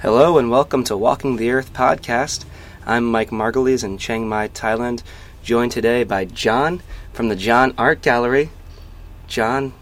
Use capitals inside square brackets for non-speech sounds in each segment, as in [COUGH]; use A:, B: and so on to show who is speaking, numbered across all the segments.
A: Hello and welcome to Walking the Earth podcast. I'm Mike Margulies in Chiang Mai, Thailand, joined today by John from the John Art Gallery. John,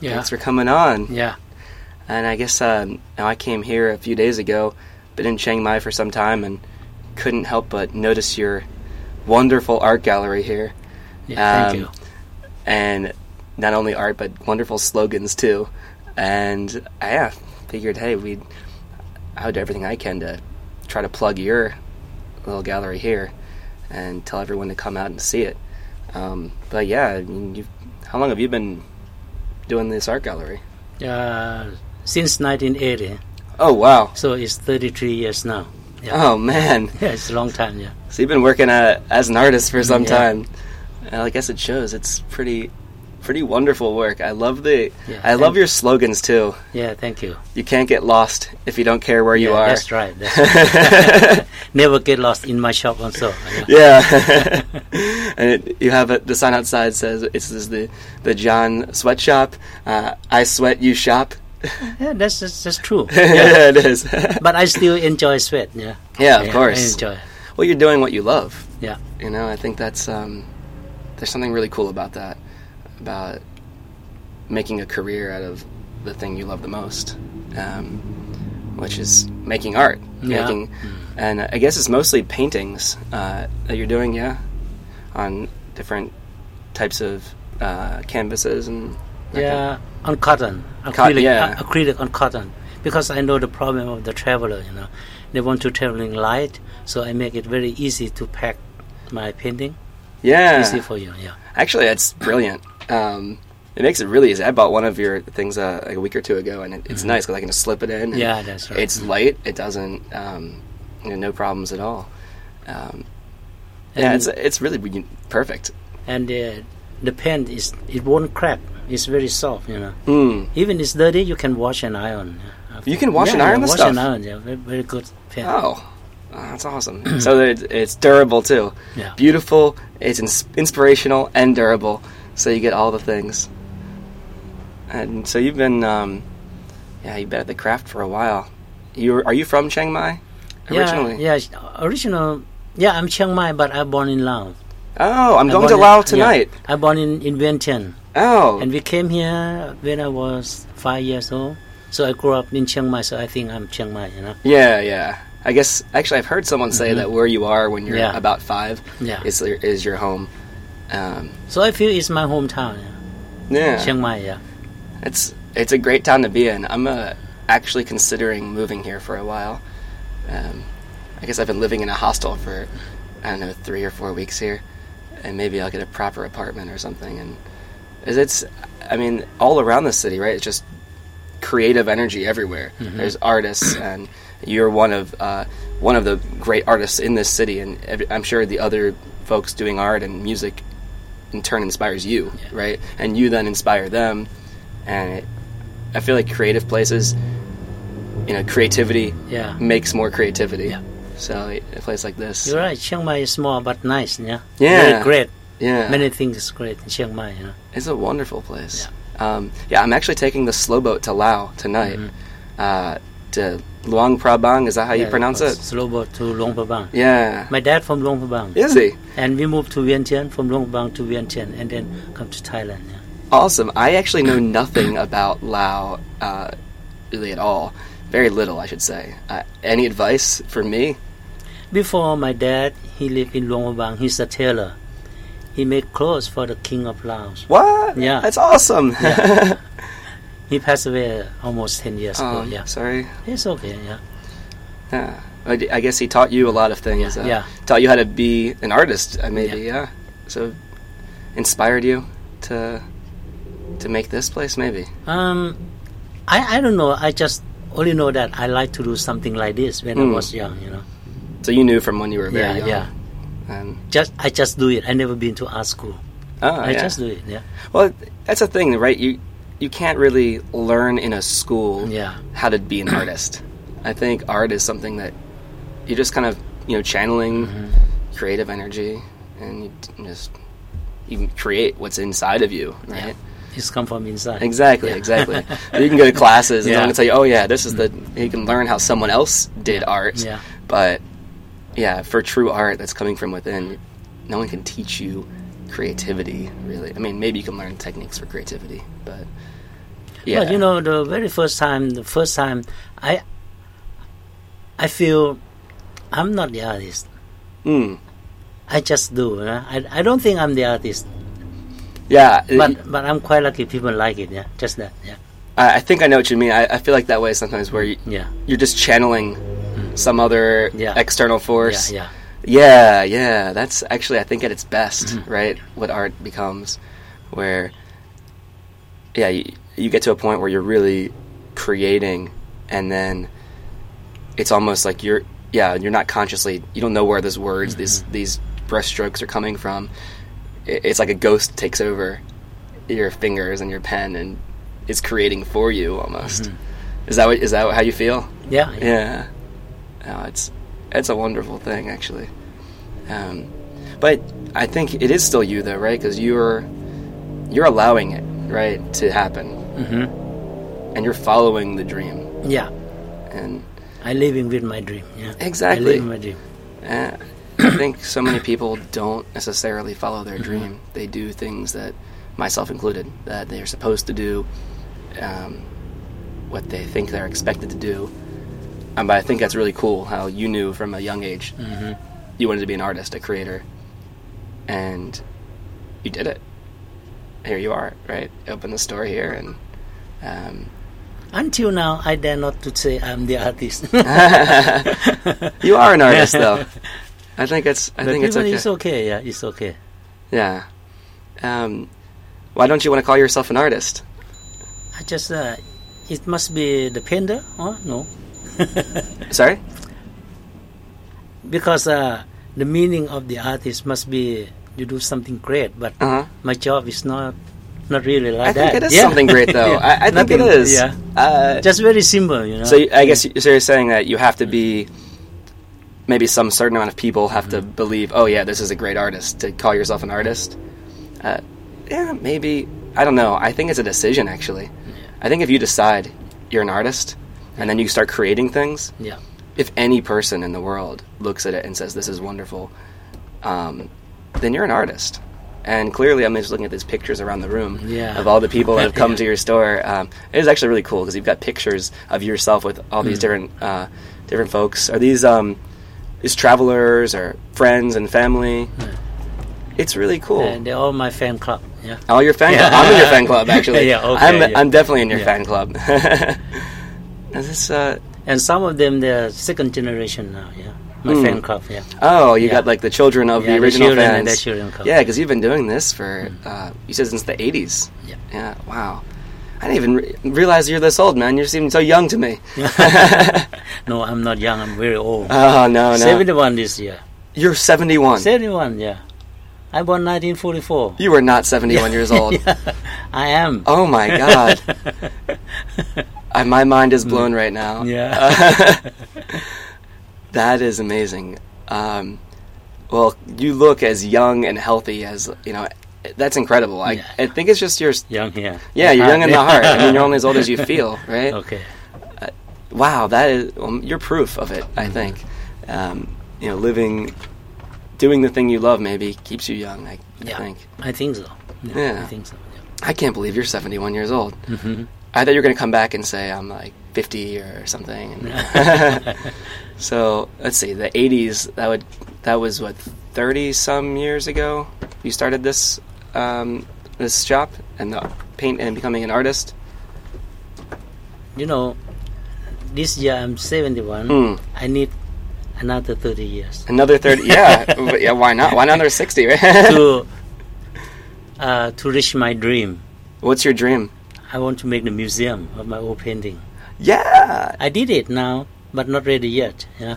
B: Yeah.
A: thanks for coming on.
B: Yeah.
A: And I guess um, now I came here a few days ago, been in Chiang Mai for some time, and couldn't help but notice your wonderful art gallery here.
B: Yeah.
A: Um,
B: thank you.
A: and not only art but wonderful slogans too. And uh, yeah, figured hey, we I would do everything I can to try to plug your little gallery here and tell everyone to come out and see it. Um, but yeah, I mean, you've, how long have you been doing this art gallery?
B: Uh, since 1980,
A: Oh wow!
B: so it's 33 years now. [LAUGHS] Yeah.
A: Oh man!
B: Yeah, it's a long time. Yeah.
A: So you've been working uh, as an artist for some
B: Yeah.
A: time. And I guess it shows. It's pretty, pretty wonderful work. I love the,
B: Yeah,
A: I love
B: thank-
A: your slogans too.
B: Yeah. Thank you.
A: You can't get lost if you don't care where you
B: Yeah,
A: [LAUGHS] are.
B: That's right. That's right. [LAUGHS] Never get lost in my shop also. Yeah. [LAUGHS]
A: Yeah, and it, you have a, the sign outside says it says the the John Sweatshop. Uh, I sweat, you shop. [LAUGHS]
B: Yeah, that's, that's that's true. [LAUGHS]
A: Yeah,
B: Yeah.
A: it is.
B: but I still enjoy sweat. Yeah.
A: yeah, of
B: Yeah, I
A: course.
B: enjoy.
A: Well, you're doing what you love.
B: Yeah.
A: You know, I think that's um, there's something really cool about that, about making a career out of the thing you love the most, um, which is making art.
B: Yeah.
A: Making, and I guess it's mostly paintings uh, that you're doing, yeah, on different types of uh, canvases and that kind
B: Yeah, on cotton, acrylic,
A: Cot- yeah.
B: a- acrylic on cotton, because I know the problem of the traveler. You know, they want to traveling light, so I make it very easy to pack my painting.
A: of- yeah.
B: Easy for you, yeah.
A: Actually, that's brilliant. Um, it makes it really easy. I bought one of your things uh, like a week or two ago, and it, it's nice 'cause nice because I can just slip it in. and
B: Mm-hmm. Yeah, that's right.
A: It's light. It doesn't, um, you know, no problems at all. Um, yeah,
B: And-
A: it's it's really re- perfect.
B: and uh, the paint is it won't crack. It's very soft, you know.
A: Hmm.
B: Even it's dirty, you can wash and iron. uh,
A: You can wash
B: yeah,
A: and iron
B: yeah,
A: this
B: wash
A: stuff?
B: and iron, yeah, very, very good paint.
A: Oh, oh, that's awesome. so that it, it's durable too.
B: Yeah.
A: Beautiful. It's ins- inspirational and durable. So you get all the things. And so you've been, um, yeah, you've been at the craft for a while. You were- are you from Chiang Mai originally?
B: Yeah, yeah, original. Yeah, I'm Chiang Mai, but I born in Laos.
A: Oh, I'm
B: I
A: going
B: born
A: to
B: in-
A: Lao
B: yeah,
A: tonight.
B: I born in in Vientiane.
A: Oh,
B: And we came here when I was five years old. So I grew up in Chiang Mai, so I think I'm Chiang Mai, you know.
A: yeah, yeah. I guess actually, I've heard someone say that where you are when you're
B: Mm-hmm. Yeah.
A: about five
B: Yeah.
A: is your- is your home. Um,
B: So I feel it's my hometown, yeah.
A: yeah,
B: Chiang Mai, yeah.
A: it's it's a great town to be in. I'm uh, actually considering moving here for a while. Um, I guess I've been living in a hostel for I don't know three or four weeks here, and maybe I'll get a proper apartment or something. And is it's I mean all around the city, right? It's just creative energy everywhere. There's artists, and you're one of uh, one of the great artists in this city, and ev- I'm sure the other folks doing art and music in turn inspires you, right? And you then inspire them, and it, I feel like creative places, you know, creativity
B: Yeah.
A: makes more creativity.
B: Yeah.
A: So a a place like this,
B: You're right, Chiang Mai is small but nice, yeah.
A: Yeah.
B: Very great.
A: yeah,
B: Many things is great in Chiang Mai, you know.
A: it's a wonderful place. Yeah. Um, yeah, I'm actually taking the slow boat to Lao tonight. Uh, to Luang Prabang, is that how you
B: Yeah,
A: pronounce
B: because
A: it?
B: Slow boat to Luang Prabang.
A: Yeah.
B: My dad from Luang Prabang.
A: Is he?
B: And we moved to Vientiane, from Luang Prabang to Vientiane, and then come to Thailand, yeah.
A: Awesome. I actually know nothing about Lao uh, really at all. Very little, I should say. Uh, any advice for me?
B: Before my dad, he lived in Luang Prabang. He's a tailor. He made clothes for the king of Laos.
A: What?
B: Yeah.
A: That's awesome.
B: He passed away almost 10
A: [LAUGHS]
B: years
A: oh,
B: ago, yeah.
A: Sorry.
B: It's okay, yeah.
A: Yeah. I, d- I guess he taught you a lot of things.
B: Yeah,
A: uh,
B: yeah.
A: Taught you how to be an artist, uh, maybe. Yeah. So inspired you to to make this place, maybe.
B: Um, I, I don't know. I just only know that I like to do something like this when
A: Mm.
B: I was young, you know.
A: So you knew from when you were very
B: yeah,
A: young.
B: yeah.
A: And,
B: Just I just do it. I never been to art school.
A: oh,
B: I
A: yeah.
B: just do it. Yeah,
A: Well, that's a thing, right? You you can't really learn in a school.
B: yeah,
A: how to
B: [CLEARS THROAT]
A: be an artist. I think art is something that you're just kind of you know channeling
B: Mm-hmm.
A: creative energy and you t- just you create what's inside of you, right?
B: it's come from inside.
A: Exactly,
B: Yeah. [LAUGHS]
A: exactly. you can go to classes and
B: Yeah.
A: they're going to tell you, oh, yeah, this is the, you can learn how someone else did art.
B: Yeah.
A: But yeah, for true art that's coming from within, no one can teach you creativity, really. I mean, maybe you can learn techniques for creativity, but yeah.
B: But you know, the very first time, the first time, I, I feel, I'm not the artist.
A: Mm.
B: I just do. Yeah? I I don't think I'm the artist,
A: Yeah. it-
B: but but I'm quite lucky. People like it. Yeah, just that. Yeah,
A: I, I think I know what you mean. I, I feel like that way sometimes where you,
B: yeah,
A: you're just channeling some other
B: Hmm. Yeah.
A: external
B: yeah,
A: force.
B: yeah.
A: Yeah, yeah. That's actually, I think, at its best, right? What art becomes, where, yeah, you, you get to a point where you're really creating, and then it's almost like you're, yeah, you're not consciously, you don't know where those words, these these brushstrokes are coming from. I it's like a ghost takes over your fingers and your pen and is creating for you almost. Is that what, is that how you feel?
B: yeah, yeah.
A: Yeah. No, it's it's a wonderful thing actually. Um, but I think it is still you though, right? Because you're you're allowing it, right, to happen,
B: Mm-hmm.
A: and you're following the dream,
B: yeah.
A: and
B: I living with my dream. Yeah, I
A: Exactly.
B: live with my dream.
A: Uh, I think so many people don't necessarily follow their dream. They do things that, myself included, that they are supposed to do, um, what they think they're expected to do. Um, but I think that's really cool how you knew from a young age you wanted to be an artist, a creator, and you did it. Here you are, right? Open the store here, and um,
B: Until now, I dare not to say I'm the artist.
A: [LAUGHS] you are an artist,
B: [LAUGHS]
A: though. I think it's. I
B: But
A: think it's okay.
B: even It's okay. Yeah, it's okay.
A: Yeah. Um, why don't you want to call yourself an artist?
B: I just uh, it must be the painter. Oh no, [LAUGHS]
A: Sorry?
B: because uh, the meaning of the artist must be you do something great. But
A: Uh huh.
B: my job is not not really like
A: I
B: that.
A: think it is
B: Yeah.
A: something great, though.
B: [LAUGHS] Yeah.
A: I, I think it
B: Nothing-
A: is.
B: Yeah,
A: Uh,
B: just very simple, you know.
A: so you, I guess you, so you're saying that you have to be. Maybe some certain amount of people have
B: Mm-hmm.
A: to believe, oh yeah, this is a great artist to call yourself an artist. Uh, yeah, maybe I don't know. I think it's a decision actually. I think if you decide you're an artist and then you start creating things,
B: yeah,
A: if any person in the world looks at it and says this is wonderful, um, then you're an artist. And clearly, I'm just looking at these pictures around the room
B: Yeah.
A: of all the people that have
B: [LAUGHS]
A: come to your store. Um, it is actually really cool because you've got pictures of yourself with all
B: Mm.
A: these different uh, different folks. Are these um, these travelers or friends and family? It's really cool.
B: and they're all my fan club. Yeah,
A: all your fan
B: Yeah.
A: club. I'm in your fan
B: [LAUGHS]
A: club actually.
B: Yeah, okay,
A: I'm
B: yeah.
A: I'm definitely in your
B: Yeah.
A: fan club. [LAUGHS] Is this uh,
B: and some of them they're second generation now. Yeah, my
A: Mm.
B: fan club.
A: [LAUGHS]
B: Yeah,
A: Oh, you
B: Yeah.
A: got like the children of
B: Yeah,
A: the
B: the
A: original
B: children and
A: fans.
B: the children come. Mm-hmm.
A: Yeah, because you've been doing this for uh, you said since the '80s.
B: Yeah.
A: Yeah. Wow. I didn't even re- realize you're this old, man. You seem so young to me. [LAUGHS]
B: no, I'm not young. I'm very old.
A: Oh no, no.
B: Seventy-one this year.
A: You're 71.
B: 71, yeah. I born 1944.
A: you are not 71 years
B: [LAUGHS]
A: old.
B: I am.
A: Oh my god. I, my mind is blown right now.
B: [LAUGHS] Mm. Yeah.
A: [LAUGHS]
B: [LAUGHS]
A: That is amazing. Um, well, you look as young and healthy as you know. That's incredible. I,
B: Yeah.
A: I think it's just your.
B: young here.
A: Yeah, you're
B: [LAUGHS]
A: young in the heart. I mean, you're only as old as you feel, right?
B: Okay.
A: wow, that is um, you're proof of it.
B: Mm-hmm.
A: I think, um, you know, living, doing the thing you love maybe keeps you young. I, I
B: Yeah.
A: think.
B: I think so.
A: Yeah.
B: I think so. Yeah.
A: I can't believe you're 71 years old. [LAUGHS]
B: Mhm.
A: I thought you were going to come back and say I'm like 50 or something.
B: [LAUGHS]
A: [LAUGHS] so let's see, the 80s. That would that was what 30 some years ago. You started this um, this shop and the paint and becoming an artist.
B: You know, this year I'm 71.
A: Mm.
B: I need another 30 years
A: Another 30. [LAUGHS] Yeah, but yeah. Why not? Why not another 60? Right?
B: [LAUGHS] to uh, to reach my dream.
A: [LAUGHS] What's your dream?
B: I want to make the museum of my old painting.
A: Yeah.
B: I did it now, but not ready yet. Yeah.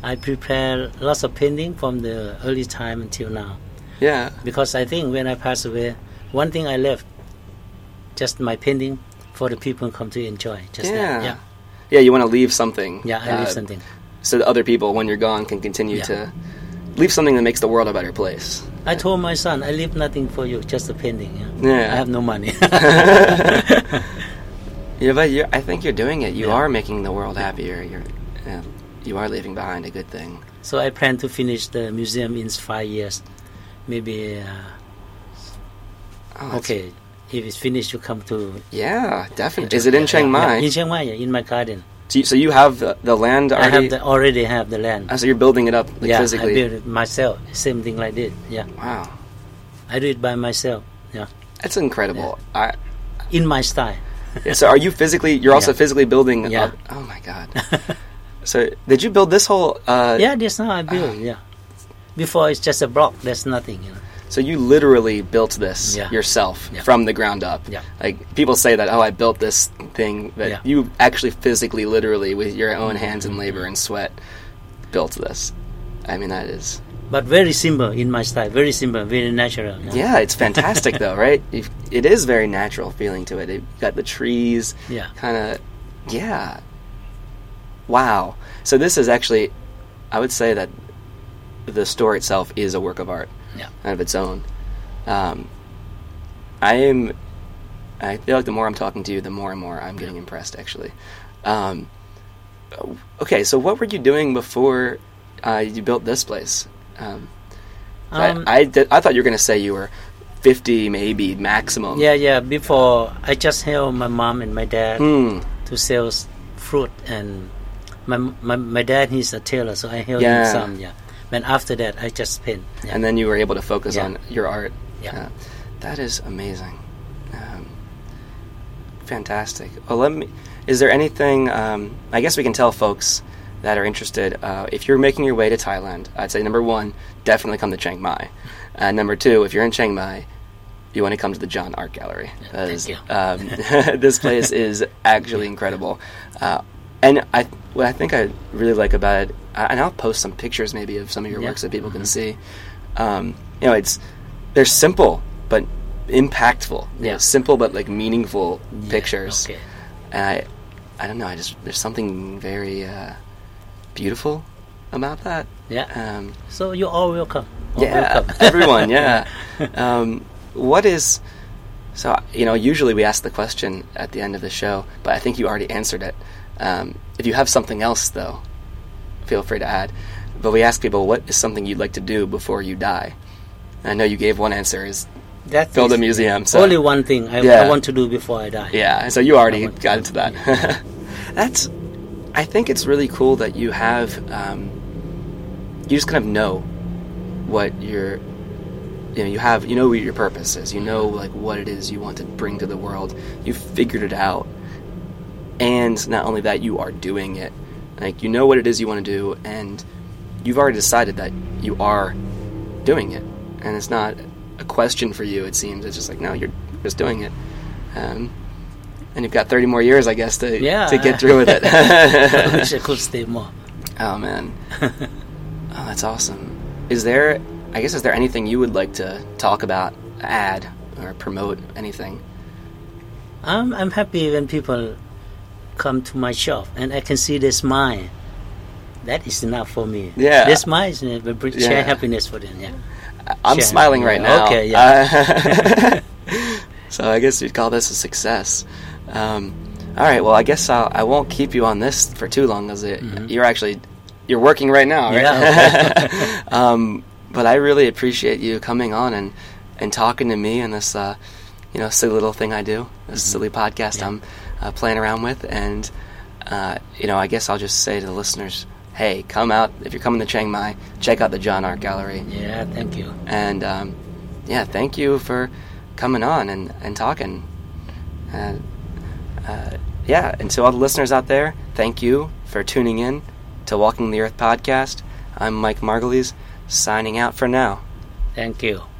B: I prepare lots of painting from the early time until now.
A: Yeah.
B: because I think when I pass away, one thing I left, just my painting for the people come to enjoy. Just that.
A: Yeah.
B: yeah,
A: Yeah, you want to leave something.
B: yeah. I
A: uh,
B: leave something.
A: So that other people, when you're gone, can continue
B: Yeah.
A: to leave something that makes the world a better place.
B: I told my son, I leave nothing for you, just a painting.
A: Yeah.
B: I have no money. [LAUGHS]
A: Yeah, but you're, I think you're doing it. You
B: Yeah.
A: are making the world happier. You're, yeah, you are leaving behind a good thing.
B: so I plan to finish the museum in five years. Maybe, uh,
A: Oh, that's-
B: okay, if it's finished, you come to.
A: Yeah, definitely. Is it in
B: Yeah,
A: Chiang
B: yeah,
A: Mai?
B: in Chiang Mai, yeah, in my garden.
A: Do you, so you have the, the land
B: I
A: already.
B: have the, already have the land.
A: Oh, so you're building it up like,
B: yeah,
A: physically.
B: I built it myself. Same thing like this. Yeah,
A: Wow,
B: I do it by myself. Yeah,
A: that's incredible.
B: in my style.
A: I, so are you physically? You're also
B: Yeah.
A: physically building.
B: Yeah.
A: Up, oh my
B: [LAUGHS]
A: god. so did you build this whole? Uh, ah.
B: yeah, that's how I build. yeah, before it's just a block. That's nothing. You know.
A: So you literally built this
B: Yeah.
A: yourself
B: Yeah.
A: from the ground up.
B: Yeah.
A: Like people say that, oh, I built this thing, but
B: Yeah.
A: you actually physically, literally, with your own hands and
B: Mm-hmm.
A: labor and sweat, built this. I mean, that is.
B: But very simple in my style. Very simple. Very natural. you know.
A: Yeah, it's fantastic though, [LAUGHS] right? You've, it is very natural feeling to it. You've got the trees,
B: Yeah.
A: kind of. Yeah. Wow. So this is actually, I would say that the store itself is a work of art.
B: Yeah.
A: out of its own. Um, I am. I feel like the more I'm talking to you, the more and more I'm getting impressed. Actually. Um, okay, so what were you doing before uh, you built this place? Um,
B: Um,
A: I, I, did- I thought you were going to say you were 50, maybe maximum.
B: yeah, yeah. Before I just help my mom and my dad
A: Hmm.
B: to sell s- fruit and my my, my dad he's a tailor, so I help him
A: Yeah.
B: some. Yeah. But after that, I just paint. Yeah.
A: And then you were able to focus
B: Yeah.
A: on your art.
B: Yeah.
A: that is amazing. Um, fantastic. Well, let me. Is there anything? Um, I guess we can tell folks that are interested. Uh, if you're making your way to Thailand, I'd say number one, definitely come to Chiang Mai. Uh, number two, if you're in Chiang Mai, you want to come to the John Art Gallery. That
B: thank
A: is-
B: you.
A: um, [LAUGHS]
B: [LAUGHS]
A: this place is actually incredible. Uh, and I, what I think I really like about it, I- and I'll post some pictures maybe of some of your
B: Yeah. Mm-hmm.
A: works that people can see. Um, you know, it's they're simple but impactful. You know,
B: Yeah.
A: simple but like meaningful
B: Yeah,
A: pictures.
B: Okay.
A: And I, I don't know. I just there's something very uh, beautiful about that.
B: Yeah.
A: Um,
B: So you're all welcome. All
A: yeah,
B: welcome.
A: [LAUGHS] everyone.
B: [LAUGHS]
A: Yeah. Um, what is so? You know, usually we ask the question at the end of the show, but I think you already answered it. Um, if you have something else, though, feel free to add. But we ask people, what is something you'd like to do before you die? I know you gave one answer is
B: That's
A: build a
B: it.
A: museum. So
B: Only one thing I,
A: Yeah.
B: I want to do before I die.
A: yeah, so you already
B: Someone-
A: got into that. [LAUGHS] That's, I think it's really cool that you have, um, you just kind of know what your, you know, you have, you know what your purpose is. You know, like, what it is you want to bring to the world. You've figured it out. And not only that, you are doing it. Like, you know what it is you want to do, and you've already decided that you are doing it. And it's not a question for you, it seems. It's just like, no, you're just doing it. Um, and you've got 30 more years, I guess, to,
B: Yeah.
A: to get through with it. [LAUGHS]
B: I wish I could stay more.
A: Oh man, oh that's awesome. Is there? I guess is there anything you would like to talk about, add, or promote anything?
B: I'm, I'm happy when people come to my shop and I can see their smile. That is enough for me.
A: Yeah.
B: Their smile is enough, but bring-
A: Yeah.
B: share happiness for them. Yeah.
A: I- I'm
B: Sure.
A: smiling right
B: Yeah,
A: now.
B: okay,
A: Uh, [LAUGHS] so I guess you'd call this a success. Um, all right. Well, I guess I'll, I won't keep you on this for too long, because you're actually you're working right now, right?
B: Mm-hmm. Yeah,
A: [LAUGHS] um, but I really appreciate you coming on and and talking to me and this uh, you know silly little thing I do, this
B: Mm-hmm.
A: silly podcast I'm uh, playing around with, and uh, you know I guess I'll just say to the listeners, hey, come out if you're coming to Chiang Mai, check out the John Art Gallery.
B: Yeah. Thank you.
A: And um, yeah, thank you for coming on and, and talking. And uh, yeah, and to all the listeners out there, thank you for tuning in to Walking the Earth podcast. I'm Mike Margulies, signing out for now.
B: Thank you.